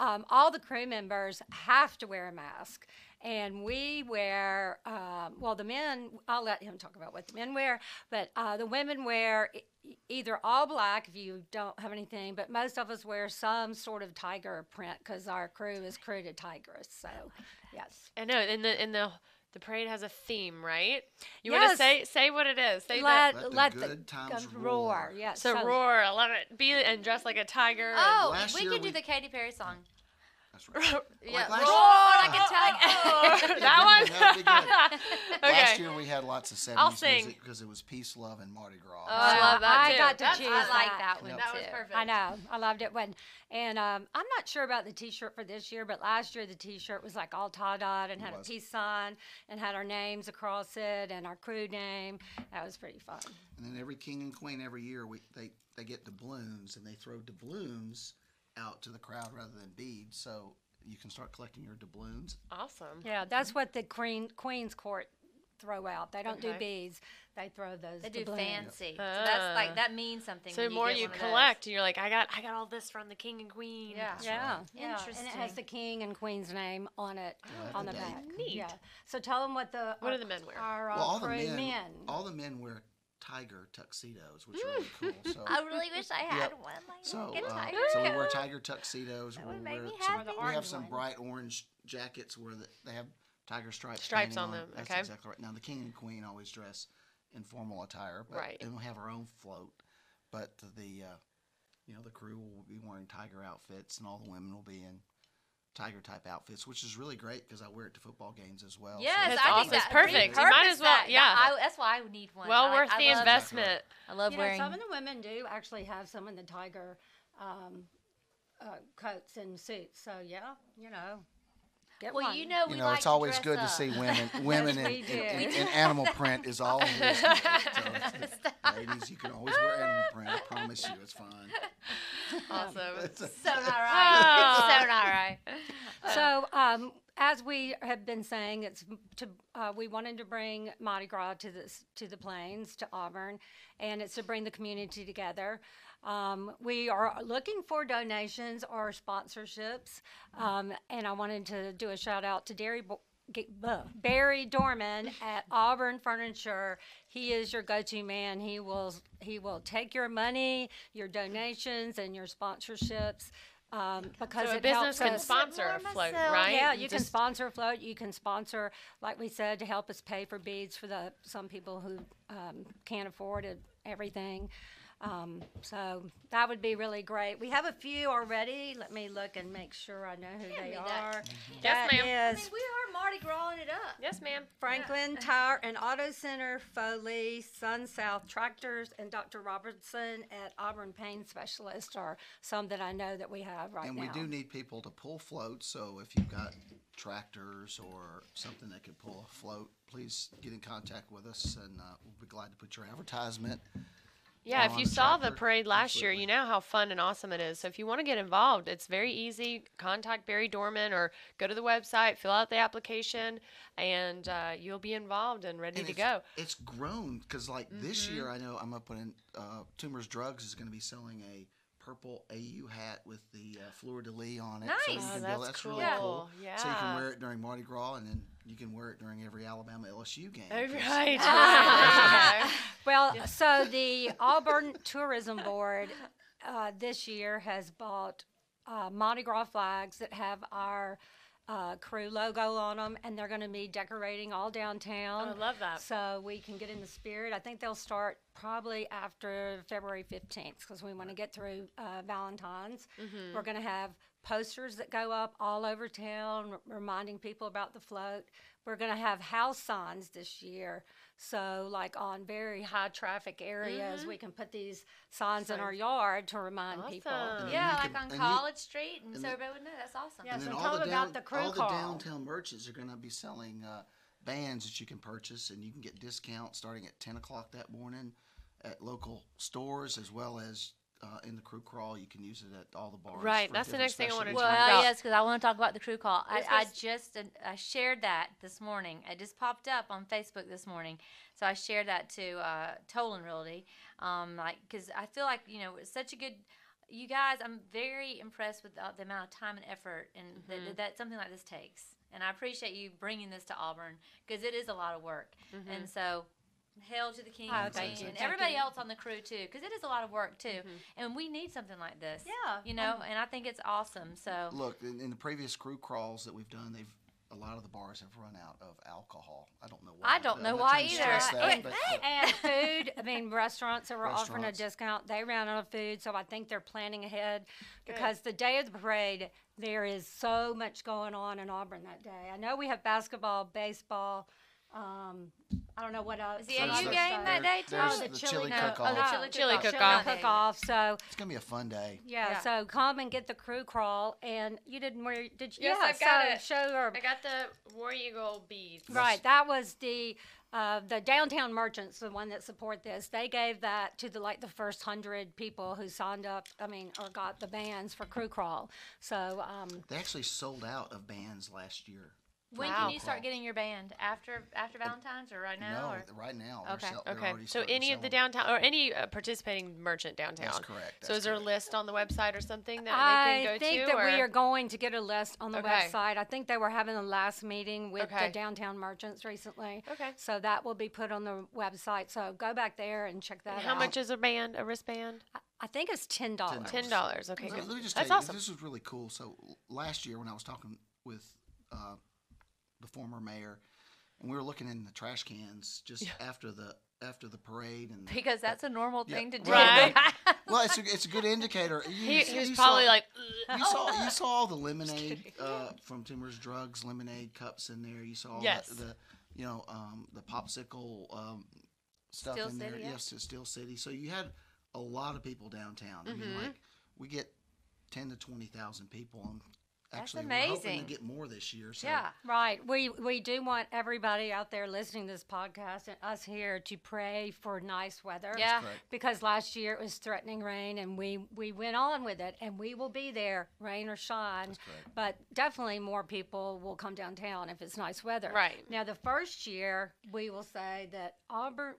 Speaker 7: Um, all the crew members have to wear a mask. And we wear, um, well, the men, I'll let him talk about what the men wear, but uh, the women wear e- e- either all black if you don't have anything, but most of us wear some sort of tiger print because our crew is crew to tigress. So, yes.
Speaker 3: I know, and the and the the parade has a theme, right? You want to
Speaker 7: Yes.
Speaker 3: say say what it is. Say that.
Speaker 7: Let,
Speaker 5: Let the
Speaker 7: let
Speaker 5: good times
Speaker 7: guns
Speaker 5: roar.
Speaker 7: Yes.
Speaker 3: So roar, I love it. Be and dress like a tiger.
Speaker 4: Oh,
Speaker 3: [laughs]
Speaker 5: Last
Speaker 4: we
Speaker 5: year
Speaker 4: could do
Speaker 5: we-
Speaker 4: the Katy Perry song.
Speaker 5: That's right.
Speaker 4: Yeah,
Speaker 5: last
Speaker 4: roar
Speaker 5: year?
Speaker 4: like a
Speaker 5: Oh,
Speaker 4: tiger.
Speaker 3: and-
Speaker 5: [laughs]
Speaker 3: that one.
Speaker 5: Last
Speaker 3: okay.
Speaker 5: year we had lots of 70s
Speaker 3: I'll sing.
Speaker 5: music because it was peace, love, and Mardi Gras.
Speaker 4: Oh, [laughs] I
Speaker 3: So
Speaker 4: love that
Speaker 7: I
Speaker 4: too.
Speaker 7: got to
Speaker 4: That's-
Speaker 7: choose
Speaker 4: I like
Speaker 7: that.
Speaker 4: that one
Speaker 5: Yep.
Speaker 4: too.
Speaker 3: That was perfect.
Speaker 7: I know. I loved it when, and um, I'm not sure about the T-shirt for this year, but last year the T-shirt was like all tie-dyed and
Speaker 5: It
Speaker 7: had a
Speaker 5: was.
Speaker 7: peace sign and had our names across it and our crew name. That was pretty fun.
Speaker 5: And then every king and queen every year, we they, they get doubloons and they throw doubloons out to the crowd rather than beads. So you can start collecting your doubloons.
Speaker 3: Awesome.
Speaker 7: Yeah, that's what the Queen Queen's Court throw out. They don't
Speaker 3: Okay.
Speaker 7: do beads; they throw those.
Speaker 4: They do
Speaker 7: doubloons.
Speaker 4: fancy. So that's
Speaker 3: Ah.
Speaker 5: Uh.
Speaker 4: like that means something.
Speaker 3: So
Speaker 4: when
Speaker 3: the more
Speaker 4: get
Speaker 3: you
Speaker 4: one of those.
Speaker 3: collect, and you're like, I got I got all this from the king and queen.
Speaker 4: Yeah.
Speaker 7: Yeah,
Speaker 5: right.
Speaker 7: yeah. And it has
Speaker 4: Interesting.
Speaker 7: the king and queen's name on it
Speaker 5: Yeah,
Speaker 7: on the
Speaker 5: that's
Speaker 7: back.
Speaker 3: neat.
Speaker 7: Yeah. So tell them what the
Speaker 3: What
Speaker 7: our-
Speaker 3: do the men wear?
Speaker 7: Our uh,
Speaker 5: well, all the
Speaker 7: crew
Speaker 5: men,
Speaker 7: men.
Speaker 5: all the men wear tiger tuxedos, which are really cool. So,
Speaker 4: [laughs] I really wish I had
Speaker 5: Yep.
Speaker 4: one like
Speaker 5: so,
Speaker 4: that. Get
Speaker 5: uh,
Speaker 4: tiger.
Speaker 5: so we wear tiger tuxedos.
Speaker 4: That
Speaker 5: we'll
Speaker 4: would make
Speaker 5: wear
Speaker 4: me
Speaker 5: some-
Speaker 4: happy.
Speaker 5: we have
Speaker 4: Orange
Speaker 5: some
Speaker 4: one.
Speaker 5: bright orange jackets where the, they have tiger stripes.
Speaker 3: Stripes
Speaker 5: painting
Speaker 3: on them,
Speaker 5: That's
Speaker 3: okay.
Speaker 5: exactly right. Now the king and queen always dress in formal attire, but,
Speaker 3: Right.
Speaker 5: And we have our own float, but the uh, you know the crew will be wearing tiger outfits, and all the women will be in tiger type outfits, which is really great because I wear it to football games as well. so
Speaker 4: Yes,
Speaker 3: That's
Speaker 4: I
Speaker 3: awesome.
Speaker 4: think
Speaker 3: It's
Speaker 4: that
Speaker 3: perfect. You might
Speaker 4: repurpose
Speaker 3: as well-
Speaker 4: that.
Speaker 3: yeah.
Speaker 4: I- that's why I would need one.
Speaker 3: Well
Speaker 4: I
Speaker 3: worth
Speaker 4: like- I
Speaker 3: the
Speaker 4: love-
Speaker 3: investment.
Speaker 4: I love
Speaker 7: you
Speaker 4: wearing.
Speaker 7: know, some of the women do actually have some of the tiger um, uh, coats and suits. So yeah, you know, get
Speaker 4: well,
Speaker 7: one.
Speaker 4: you know, we
Speaker 5: You know,
Speaker 4: like
Speaker 5: it's
Speaker 4: to
Speaker 5: always
Speaker 4: dress
Speaker 5: good
Speaker 4: up.
Speaker 5: to
Speaker 4: [laughs]
Speaker 5: see women, women in,
Speaker 7: Yes, we
Speaker 5: in,
Speaker 7: do.
Speaker 5: in- in animal print is all. it is. So, ladies, you can always wear animal print. I promise you, it's fine. [laughs]
Speaker 3: Awesome.
Speaker 4: [laughs] So not right. so not [laughs] right.
Speaker 7: So, um, as we have been saying, it's m- to uh, we wanted to bring Mardi Gras to this to the plains to Auburn, and it's to bring the community together. Um, we are looking for donations or sponsorships, um, and I wanted to do a shout out to Dairy. Bo- G- buh, Barry Dorman at Auburn Furniture. He is your go-to man. He will he will take your money, your donations, and your sponsorships um, because
Speaker 3: So a
Speaker 7: it
Speaker 3: business
Speaker 7: helps
Speaker 3: can
Speaker 7: us.
Speaker 3: sponsor a
Speaker 4: more
Speaker 3: float,
Speaker 4: myself.
Speaker 3: right?
Speaker 7: Oh, Yeah, you can
Speaker 3: Just-
Speaker 7: sponsor a float. You can sponsor, like we said, to help us pay for beads for the some people who um, can't afford it, everything. Um, so that would be really great. We have a few already. Let me look and make sure I know who they
Speaker 4: me that. Mm-hmm.
Speaker 7: are.
Speaker 3: Yes,
Speaker 7: That
Speaker 3: ma'am.
Speaker 4: I
Speaker 7: is
Speaker 4: mean, we are Mardi Gras it up.
Speaker 3: Yes, ma'am.
Speaker 7: Franklin Tire and Auto Center, Foley, Sun South Tractors, and Dr. Robertson at Auburn Pain Specialist are some that I know that we have right
Speaker 5: And
Speaker 7: now.
Speaker 5: we do need people to pull floats, so if you've got tractors or something that could pull a float, please get in contact with us and uh, we'll be glad to put your advertisement.
Speaker 3: Yeah,
Speaker 5: on
Speaker 3: if you
Speaker 5: the
Speaker 3: saw the
Speaker 5: tractor.
Speaker 3: parade last year,
Speaker 5: Absolutely.
Speaker 3: you know how fun and awesome it is. So if you want to get involved, it's very easy. Contact Barry Dorman or go to the website, fill out the application, and uh, you'll be involved and ready
Speaker 5: And
Speaker 3: to
Speaker 5: it's-
Speaker 3: go. Mm-hmm.
Speaker 5: It's grown because, like this year, I know I'm up in uh, Tumors Drugs is going to be selling a purple AU hat with the uh, fleur de lis on it. So you
Speaker 4: Nice.
Speaker 5: can
Speaker 4: Oh,
Speaker 5: build-
Speaker 3: that's
Speaker 5: that's really
Speaker 3: cool.
Speaker 5: cool. So you
Speaker 3: Yeah.
Speaker 5: can wear it during Mardi Gras, and then you can wear it during every Alabama LSU game.
Speaker 3: All
Speaker 5: 'cause
Speaker 3: [laughs] [laughs] right. right.
Speaker 7: Well, so the Auburn Tourism Board uh, this year has bought uh, Mardi Gras flags that have our uh, crew logo on them, and they're going to be decorating all downtown.
Speaker 3: Oh, I love [laughs] that.
Speaker 7: So we can get in the spirit. I think they'll start probably after February 15th because we want to get through uh, Valentine's. We're going to have posters that go up all over town r- reminding people about the float. We're going to have house signs this year. So, like on very high traffic areas, we can put these signs in our yard to remind people.
Speaker 4: Um,
Speaker 3: Awesome.
Speaker 2: Yeah,
Speaker 5: you
Speaker 2: like
Speaker 5: can-
Speaker 2: on
Speaker 5: and you-
Speaker 2: College Street, and,
Speaker 5: and
Speaker 2: so
Speaker 5: the-
Speaker 2: everybody would know. That's awesome.
Speaker 7: Yeah.
Speaker 5: and
Speaker 7: so
Speaker 5: then
Speaker 7: tell
Speaker 5: all the
Speaker 7: them about
Speaker 5: down,
Speaker 7: the crew
Speaker 5: all
Speaker 7: call.
Speaker 5: the downtown merchants are going to be selling uh, bands that you can purchase, and you can get discounts starting at ten o'clock that morning at local stores, as well as uh, in the crew crawl. You can use it at all the bars.
Speaker 3: Right,
Speaker 5: for
Speaker 3: that's the
Speaker 5: different
Speaker 3: next thing I wanted to
Speaker 5: specials.
Speaker 3: talk about.
Speaker 4: Well, yes, because I want to talk about the crew call. I,
Speaker 2: Yes,
Speaker 4: I
Speaker 2: yes.
Speaker 4: just uh, I shared that this morning. It just popped up on Facebook this morning, so I shared that to uh, Tolan Realty, um, like because I feel like you know it's such a good. You guys, I'm very impressed with uh, the amount of time and effort and that
Speaker 2: Mm-hmm.
Speaker 4: that something like this takes. And I appreciate you bringing this to Auburn because it is a lot of work.
Speaker 2: Mm-hmm.
Speaker 4: And so, hail to the king
Speaker 7: Oh,
Speaker 4: and
Speaker 5: thank
Speaker 4: queen
Speaker 5: you.
Speaker 4: and
Speaker 7: Thank
Speaker 4: everybody
Speaker 7: you.
Speaker 4: else on the crew too because it is a lot of work too. And we need something like this.
Speaker 2: Yeah,
Speaker 4: You know, and I think it's awesome. So
Speaker 5: Look, in, in the previous crew crawls that we've done, they've a lot of the bars have run out of alcohol. I don't know why.
Speaker 4: I don't
Speaker 5: I'm
Speaker 4: know
Speaker 5: not
Speaker 4: why
Speaker 5: trying to
Speaker 4: either.
Speaker 5: stress that,
Speaker 4: It-
Speaker 5: but-
Speaker 7: And food, I mean, [laughs] restaurants that were offering a
Speaker 5: Restaurants.
Speaker 7: discount, they ran out of food. So I think they're planning ahead because the day of the parade, there is so much going on in Auburn that day. I know we have basketball, baseball. Um, I don't know what else.
Speaker 4: Is the
Speaker 5: but-
Speaker 7: some
Speaker 4: AU
Speaker 5: There's
Speaker 7: other
Speaker 4: game
Speaker 5: the-
Speaker 7: stuff.
Speaker 4: that day too?
Speaker 5: there-
Speaker 7: Oh,
Speaker 5: There's
Speaker 7: the
Speaker 5: the
Speaker 7: chili
Speaker 5: chili
Speaker 7: cook-
Speaker 5: cook
Speaker 7: oh, no.
Speaker 5: off.
Speaker 7: Chili
Speaker 4: Chili cook-off.
Speaker 3: cook-off.
Speaker 7: cook off. So
Speaker 5: It's gonna be a fun day.
Speaker 7: yeah,
Speaker 4: Yeah.
Speaker 7: so come and get the crew crawl. And you didn't wear? Did you?
Speaker 3: Yes,
Speaker 7: yeah,
Speaker 3: I've got
Speaker 7: so
Speaker 3: it.
Speaker 7: Show her
Speaker 3: I got the War Eagle beads.
Speaker 7: Right, that was the uh, the downtown merchants, the one that support this. They gave that to the like the first hundred people who signed up. I mean, or got the bands for crew crawl. So um,
Speaker 5: They actually sold out of bands last year.
Speaker 4: When
Speaker 3: Wow.
Speaker 4: can you start getting your band? After after Valentine's or right now?
Speaker 5: No,
Speaker 4: or?
Speaker 5: right now. they're
Speaker 4: Okay.
Speaker 5: sell- they're
Speaker 3: Okay.
Speaker 5: already
Speaker 3: So
Speaker 5: starting to
Speaker 3: any of
Speaker 5: sell
Speaker 3: the
Speaker 5: 'em.
Speaker 3: downtown or any uh, participating merchant downtown.
Speaker 5: correct,
Speaker 3: so
Speaker 5: that's
Speaker 3: is there a
Speaker 5: correct.
Speaker 3: list on the website or something that they
Speaker 7: I
Speaker 3: can go
Speaker 7: think
Speaker 3: to?
Speaker 7: that we
Speaker 3: or-
Speaker 7: are going to get a list on the
Speaker 3: Okay.
Speaker 7: website. I think they were having the last meeting with
Speaker 3: Okay.
Speaker 7: the downtown merchants recently.
Speaker 3: Okay.
Speaker 7: So that will be put on the website. So go back there and check that
Speaker 3: And
Speaker 7: out.
Speaker 3: How much is a band? A wristband?
Speaker 7: I think it's ten dollars.
Speaker 3: Ten dollars. Okay.
Speaker 5: Let-
Speaker 3: Good.
Speaker 5: Let me just
Speaker 3: That's
Speaker 5: tell you,
Speaker 3: awesome.
Speaker 5: this was really cool. So l- last year when I was talking with uh, the former mayor, and we were looking in the trash cans just after the after the parade, and the-
Speaker 4: Because that's a normal thing to do.
Speaker 3: Right.
Speaker 5: well, it's a, it's a good indicator. You,
Speaker 3: He,
Speaker 5: s-
Speaker 3: he was
Speaker 5: you
Speaker 3: probably
Speaker 5: saw,
Speaker 3: like, "Mm,"
Speaker 7: [laughs]
Speaker 5: you
Speaker 7: Oh.
Speaker 5: saw you saw all the lemonade uh, from Timbers Drugs lemonade cups in there. You saw all
Speaker 3: Yes.
Speaker 5: the, the you know um, the popsicle um, stuff
Speaker 4: Steel
Speaker 5: in there.
Speaker 4: City, yeah.
Speaker 5: Yes, it's Steel City. So you had a lot of people downtown. I
Speaker 4: Mm-hmm.
Speaker 5: mean, like we get ten to twenty thousand people. And actually, we're hoping
Speaker 4: amazing.
Speaker 5: to get more this year. So
Speaker 4: yeah.
Speaker 7: Right. We we do want everybody out there listening to this podcast and us here to pray for nice weather.
Speaker 4: Yeah.
Speaker 5: correct.
Speaker 7: Because last year it was threatening rain and we we went on with it and we will be there rain or shine.
Speaker 5: correct.
Speaker 7: But definitely more people will come downtown if it's nice weather.
Speaker 3: Right.
Speaker 7: Now the first year we will say that Auburn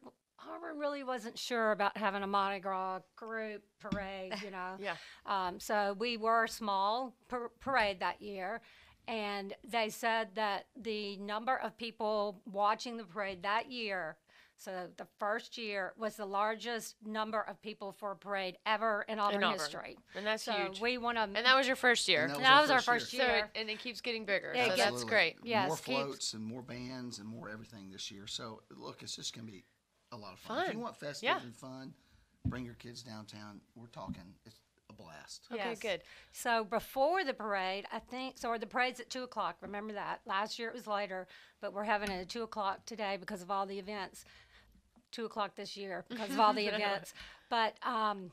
Speaker 7: Auburn really wasn't sure about having a Mardi Gras group parade,
Speaker 3: [laughs]
Speaker 7: you know.
Speaker 3: yeah.
Speaker 7: Um, so we were a small par- parade that year, and they said that the number of people watching the parade that year, so the first year, was the largest number of people for a parade ever in Auburn,
Speaker 3: Auburn.
Speaker 7: history.
Speaker 3: And that's
Speaker 7: so
Speaker 3: huge.
Speaker 7: we want to.
Speaker 3: And that was your first year.
Speaker 5: And
Speaker 7: that was our first
Speaker 3: so it,
Speaker 7: year.
Speaker 3: and it keeps getting bigger.
Speaker 7: Yeah, it
Speaker 3: so
Speaker 7: gets-
Speaker 3: that's great.
Speaker 7: Yes,
Speaker 5: more
Speaker 7: keeps-
Speaker 5: floats and more bands and more everything this year. So look, it's just gonna be a lot of fun. If
Speaker 3: Fun.
Speaker 5: you want festive
Speaker 3: Yeah.
Speaker 5: and fun, bring your kids downtown. We're talking. It's a blast.
Speaker 3: Okay,
Speaker 7: Yes.
Speaker 3: good.
Speaker 7: So before the parade, I think so. Or the parade's at two o'clock. Remember that. Last year it was later, but we're having it at two o'clock today because of all the events. Two o'clock this [laughs] year because of all the events. But um,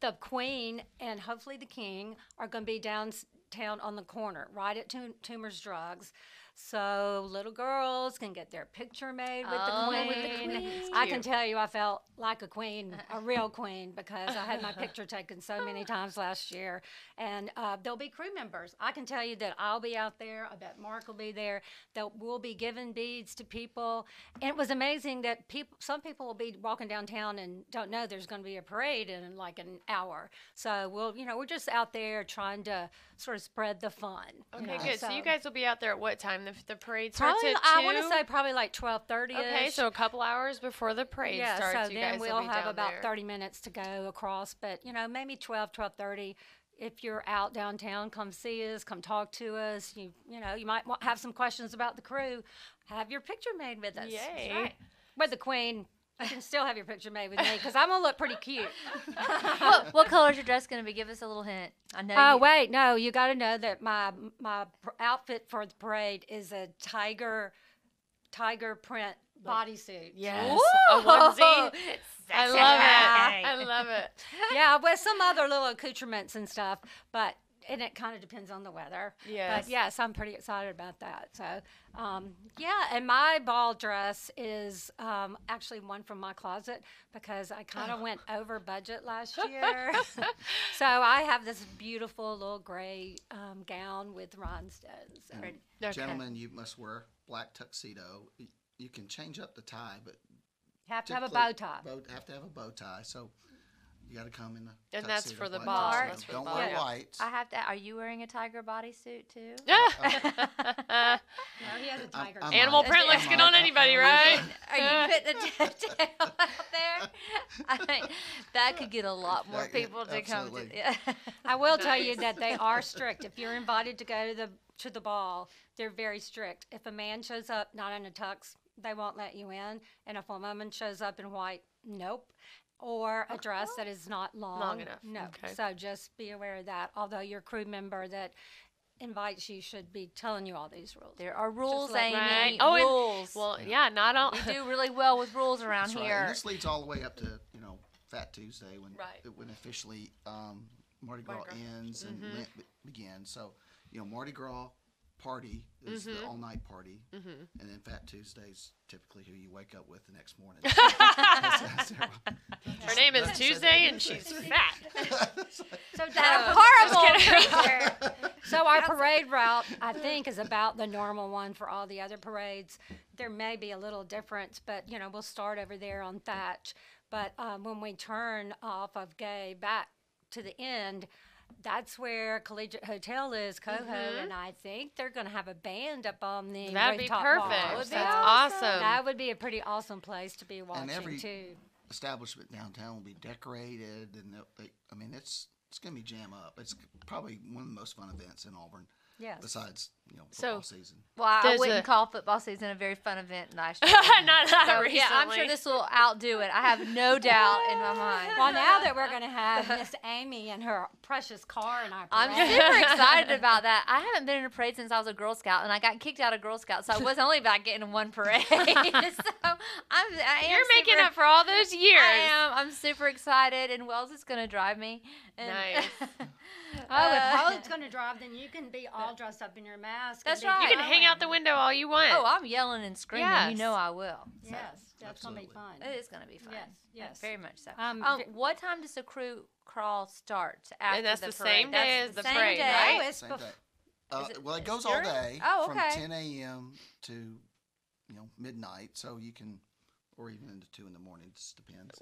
Speaker 7: the queen and hopefully the king are going to be downtown on the corner, right at Tum- Tumors Drugs. So little girls can get their picture made with,
Speaker 4: Oh,
Speaker 7: the, queen.
Speaker 4: with the queen.
Speaker 7: I can tell you, I felt like a queen,
Speaker 3: Uh-uh.
Speaker 7: a real queen, because I had my picture taken so
Speaker 3: [laughs]
Speaker 7: many times last year. And uh, there'll be crew members. I can tell you that I'll be out there. I bet Mark will be there. That we'll be giving beads to people. And it was amazing that people, some people will be walking downtown and don't know there's going to be a parade in like an hour. So we'll, you know, we're just out there trying to sort of spread the fun. you
Speaker 3: Okay,
Speaker 7: know,
Speaker 3: good. So, you guys will be out there at what time? The, the parade starts
Speaker 7: Probably,
Speaker 3: at
Speaker 7: I want to
Speaker 3: two?
Speaker 7: say probably like twelve thirty.
Speaker 3: Okay, so a couple hours before the parade
Speaker 7: yeah,
Speaker 3: starts,
Speaker 7: so
Speaker 3: you
Speaker 7: then
Speaker 3: guys
Speaker 7: we'll
Speaker 3: will be
Speaker 7: have
Speaker 3: down
Speaker 7: about
Speaker 3: there.
Speaker 7: 30 minutes to go across but you know maybe 12 12.30 if you're out downtown come see us come talk to us you you know you might wa- have some questions about the crew have your picture made with us
Speaker 3: Yay.
Speaker 7: with the queen You can still have your picture made with me because I'm gonna look pretty
Speaker 3: [laughs]
Speaker 7: cute.
Speaker 4: [laughs]
Speaker 7: Oh,
Speaker 4: what, what color is your dress going to be? Give us a little hint. I know.
Speaker 7: Oh
Speaker 4: you-
Speaker 7: wait, no, you got to know that my my pr- outfit for the parade is a tiger, tiger print bodysuit.
Speaker 3: Yes. A onesie. I love
Speaker 4: Okay.
Speaker 3: it. I love it.
Speaker 7: yeah, with some other little accoutrements and stuff, but and it kind of depends on the weather.
Speaker 3: Yes.
Speaker 7: But yes, I'm pretty excited about that. So, um, yeah, and my ball dress is um, actually one from my closet because I kind
Speaker 5: Oh.
Speaker 7: of went over
Speaker 5: [laughs]
Speaker 7: budget last year. so I have this beautiful little gray um, gown with rhinestones. So-
Speaker 5: And
Speaker 3: Okay.
Speaker 5: Gentlemen, you must wear black tuxedo. Y- You can change up the tie, but
Speaker 7: Have to have a bow
Speaker 5: typically
Speaker 7: tie.
Speaker 5: bow- have to have a bow tie. So you got to come in. A
Speaker 3: And that's
Speaker 5: tuxedo,
Speaker 3: for the
Speaker 5: black
Speaker 3: ball.
Speaker 5: tuxedo.
Speaker 3: That's for the
Speaker 5: Don't
Speaker 3: ball.
Speaker 5: wear
Speaker 3: Yeah.
Speaker 5: whites.
Speaker 4: I have to. Are you wearing a tiger bodysuit too?
Speaker 5: [laughs]
Speaker 3: [laughs]
Speaker 5: Oh.
Speaker 3: Yeah.
Speaker 7: No, he has a
Speaker 5: I'm-
Speaker 7: tiger.
Speaker 5: I'm
Speaker 7: tail.
Speaker 3: Animal
Speaker 5: on it.
Speaker 3: print looks
Speaker 5: I'm
Speaker 3: good
Speaker 5: on
Speaker 3: on
Speaker 5: it.
Speaker 3: anybody,
Speaker 5: I'm
Speaker 3: right? Uh.
Speaker 4: Are you putting a [laughs] tail out there? I think that could get a lot more
Speaker 5: That could-
Speaker 4: people to come to.
Speaker 5: absolutely.
Speaker 4: Yeah.
Speaker 7: I will tell you that they are strict. If you're invited to go to the to the ball, they're very strict. If a man shows up not in a tux, they won't let you in. And if a woman shows up in white, nope. Or a dress that is not long,
Speaker 3: Oh. enough,
Speaker 7: No.
Speaker 3: okay.
Speaker 7: So just be aware of that. Although your crew member that invites you should be telling you all these rules.
Speaker 4: [laughs] There are rules,
Speaker 7: like-
Speaker 4: Amy.
Speaker 3: Right. Oh, and-
Speaker 4: rules.
Speaker 3: Well, yeah, not all.
Speaker 4: we
Speaker 3: [laughs]
Speaker 4: do really well with rules around
Speaker 5: That's right.
Speaker 4: here.
Speaker 5: And this leads all the way up to you know Fat Tuesday when
Speaker 3: Right.
Speaker 5: it- when officially um, Mardi Gras ends and
Speaker 3: Mm-hmm.
Speaker 5: Lent be- begins. So you know Mardi Gras party is
Speaker 3: Mm-hmm.
Speaker 5: the all night party, and then Fat Tuesday's typically who you wake up with the
Speaker 3: [laughs]
Speaker 5: next morning. So that's- that's their-
Speaker 3: Her name is
Speaker 5: That's it.
Speaker 3: Tuesday, and she's fat.
Speaker 5: [laughs]
Speaker 3: [laughs]
Speaker 7: So
Speaker 3: Oh,
Speaker 4: That
Speaker 7: Joe,
Speaker 4: horrible creature.
Speaker 7: So our parade route,
Speaker 3: [laughs]
Speaker 7: I think, is about the normal one for all the other parades. There may be a little difference, but you know, we'll start over there on Thatch. But um, when we turn off of Gay back to the end, that's where Collegiate Hotel is, Coho, and I think they're going to have a band up on the
Speaker 3: Mm-hmm. That'd be
Speaker 7: rooftop
Speaker 3: perfect.
Speaker 7: bar.
Speaker 4: would
Speaker 3: That's
Speaker 4: be
Speaker 7: So
Speaker 3: awesome.
Speaker 7: That would be a pretty awesome place to be watching
Speaker 5: every-
Speaker 7: too.
Speaker 5: Establishment downtown will be decorated, and they'll- they, I mean it's it's gonna be jam up. It's probably one of the most fun events in Auburn.
Speaker 7: Yes.
Speaker 5: Besides you know
Speaker 3: So-
Speaker 5: football season.
Speaker 4: Well, I
Speaker 3: There's
Speaker 4: wouldn't
Speaker 3: a-
Speaker 4: call football season a very fun event last year.
Speaker 3: [laughs] not that
Speaker 4: So,
Speaker 3: recently.
Speaker 4: yeah, I'm sure this will outdo it. I have no doubt in my mind.
Speaker 7: Well, now that we're going
Speaker 3: [laughs]
Speaker 7: to have Miss Amy and her precious car in our
Speaker 4: I'm
Speaker 7: parade.
Speaker 4: super excited about that. I haven't been in a parade since I was a Girl Scout, and I got kicked out of Girl Scout, so I was only about getting in one parade. [laughs] so I'm, I am
Speaker 3: You're making
Speaker 4: super,
Speaker 3: up for all those years.
Speaker 4: I am. I'm super excited, and Wells is going to drive me. And [laughs]
Speaker 3: Nice.
Speaker 7: Oh, if
Speaker 4: Uh, [laughs]
Speaker 7: Holly's gonna drive, then you can be all dressed up in your mask. and
Speaker 4: That's
Speaker 7: be
Speaker 4: right.
Speaker 3: You can hang out the window all you want.
Speaker 4: oh, I'm yelling and screaming. You
Speaker 3: Yes.
Speaker 4: know I will.
Speaker 7: Yes, that's gonna be
Speaker 5: Absolutely.
Speaker 7: fun.
Speaker 4: It is going to be fun.
Speaker 7: Yes, yes.
Speaker 4: Very much so.
Speaker 7: Um,
Speaker 4: Um,
Speaker 7: ve-
Speaker 4: what time does the crew crawl start? After
Speaker 3: that's
Speaker 4: the,
Speaker 3: the same
Speaker 4: parade?
Speaker 3: day as the
Speaker 4: same [laughs]
Speaker 3: parade,
Speaker 4: day.
Speaker 5: [laughs]
Speaker 3: right?
Speaker 7: Oh, it's
Speaker 3: [laughs]
Speaker 5: Same
Speaker 7: bef-
Speaker 5: day. Uh,
Speaker 4: it-
Speaker 5: well, it
Speaker 4: it's
Speaker 5: goes all
Speaker 4: during-
Speaker 5: day
Speaker 4: Oh,
Speaker 5: from
Speaker 4: okay.
Speaker 5: 10 a.m. to you know midnight, so you can, or even into two in the morning, just depends.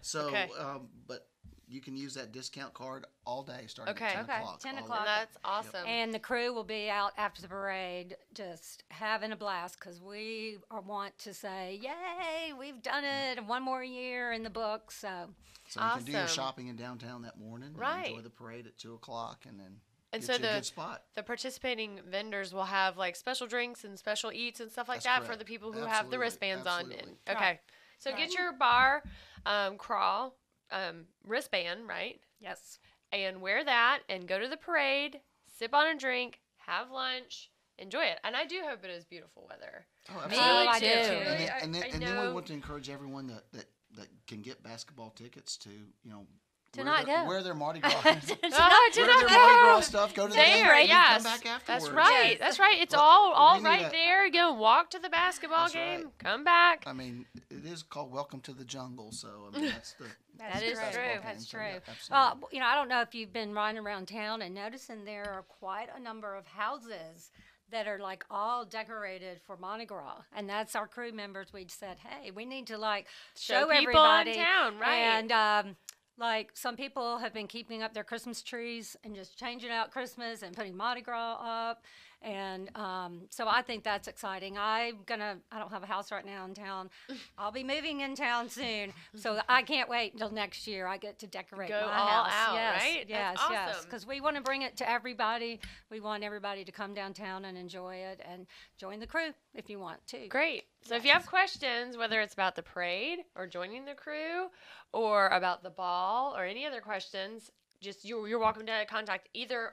Speaker 5: So,
Speaker 3: okay.
Speaker 5: um, but you can use that discount card all day, starting
Speaker 3: Okay.
Speaker 5: at 10
Speaker 4: Okay,
Speaker 5: o'clock.
Speaker 7: 10
Speaker 5: all the-
Speaker 7: o'clock.
Speaker 3: That's awesome.
Speaker 7: And the crew will be out after the parade, just having a blast, because we are want to say, "Yay, we've done it! and One more year in the book." So
Speaker 5: So you can do your
Speaker 3: Awesome.
Speaker 5: shopping in downtown that morning. and
Speaker 3: Right.
Speaker 5: Enjoy the parade at two o'clock, and then
Speaker 3: And
Speaker 5: get
Speaker 3: so
Speaker 5: you a
Speaker 3: the-
Speaker 5: good spot.
Speaker 3: the participating vendors will have like special drinks and special eats and stuff like
Speaker 5: That's
Speaker 3: that for
Speaker 5: correct.
Speaker 3: the people who have the
Speaker 5: Absolutely,
Speaker 3: wristbands on.
Speaker 5: absolutely.
Speaker 3: And, okay. So get your bar um, crawl um, wristband, right?
Speaker 7: yes,
Speaker 3: And wear that and go to the parade, sip on a drink, have lunch, enjoy it. And I do hope it is beautiful weather.
Speaker 5: Oh,
Speaker 4: Me
Speaker 5: absolutely.
Speaker 7: Oh, I
Speaker 4: too.
Speaker 7: did
Speaker 5: And
Speaker 3: Really,
Speaker 5: then,
Speaker 3: I-
Speaker 5: and then,
Speaker 3: I
Speaker 5: and then we
Speaker 3: know-
Speaker 5: want to encourage everyone that, that, that can get basketball tickets to, you know,
Speaker 4: To
Speaker 5: wear
Speaker 4: not
Speaker 5: their,
Speaker 4: go.
Speaker 5: Wear
Speaker 3: [laughs]
Speaker 5: their Mardi Gras.
Speaker 3: Oh, did
Speaker 5: Wear
Speaker 3: not
Speaker 5: their
Speaker 3: know.
Speaker 5: Mardi Gras stuff. Go to the
Speaker 3: There,
Speaker 5: game and
Speaker 3: yes.
Speaker 5: come back afterwards.
Speaker 3: That's right. That's right. It's
Speaker 5: Well,
Speaker 3: all all
Speaker 5: we need
Speaker 3: right
Speaker 5: a-
Speaker 3: there. Go walk to the basketball
Speaker 5: That's right.
Speaker 3: game. Come back.
Speaker 5: I mean, it is called Welcome to the Jungle, so I mean that's the
Speaker 7: that's
Speaker 4: That is
Speaker 7: true.
Speaker 4: true.
Speaker 7: That's
Speaker 5: So, yeah,
Speaker 7: true. Well,
Speaker 5: absolutely.
Speaker 7: Uh, you know, I don't know if you've been riding around town and noticing there are quite a number of houses that are like all decorated for Mardi Gras. And that's our crew members. We said, hey, we need to like
Speaker 3: Show
Speaker 7: show,
Speaker 3: people in
Speaker 7: everybody.
Speaker 3: town, right.
Speaker 7: And um, like some people have been keeping up their Christmas trees and just changing out Christmas and putting Mardi Gras up. And um, so I think that's exciting. I'm gonna. I don't have a house right now
Speaker 3: [laughs]
Speaker 7: in town. I'll be moving in town soon, so I can't wait until next year. I get to decorate
Speaker 3: Go
Speaker 7: my
Speaker 3: all
Speaker 7: house.
Speaker 3: out,
Speaker 7: yes,
Speaker 3: right?
Speaker 7: Yes,
Speaker 3: That's
Speaker 7: yes.
Speaker 3: awesome.
Speaker 7: Because we want to bring it to everybody. We want everybody to come downtown and enjoy it and join the crew if you want to.
Speaker 3: Great. So if you have questions, whether it's about the parade or joining the crew or about the ball or any other questions, just you're, you're welcome to contact either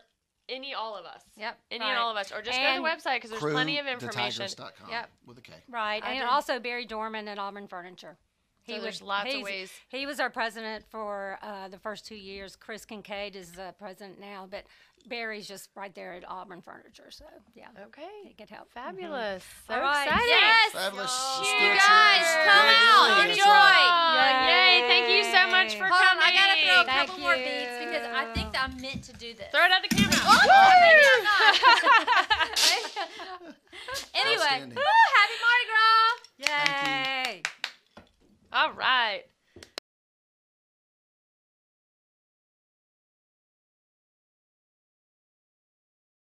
Speaker 3: any all of us.
Speaker 4: Yep.
Speaker 3: Any
Speaker 4: right.
Speaker 3: and all of us. Or just go to
Speaker 7: And-
Speaker 3: the website because there's plenty of information.
Speaker 5: Crewthetigers.com
Speaker 4: Yep.
Speaker 5: with a K.
Speaker 7: Right,
Speaker 3: I
Speaker 7: and
Speaker 3: did-
Speaker 7: also Barry Dorman at Auburn Furniture.
Speaker 3: So there's lots of
Speaker 7: he's-
Speaker 3: ways.
Speaker 7: He was our president for uh, the first two years. Chris Kincaid is the president now, but Barry's just right there at Auburn Furniture. So yeah,
Speaker 3: Okay.
Speaker 7: he could help.
Speaker 3: Fabulous. So
Speaker 7: Mm-hmm. All right.
Speaker 3: exciting.
Speaker 2: Yes.
Speaker 5: Fabulous.
Speaker 2: You
Speaker 5: Stewart
Speaker 2: guys,
Speaker 5: Shores.
Speaker 2: come
Speaker 5: Good
Speaker 2: out,
Speaker 5: morning.
Speaker 2: enjoy.
Speaker 5: That's right.
Speaker 3: Yay. Thank you so much for
Speaker 4: Hold on,
Speaker 3: coming.
Speaker 4: I gotta throw a
Speaker 7: Thank
Speaker 4: couple more
Speaker 7: you.
Speaker 4: beats because I think that I meant to do this.
Speaker 3: Throw it at the camera.
Speaker 4: Oh, maybe I'm not. anyway,
Speaker 5: Outstanding.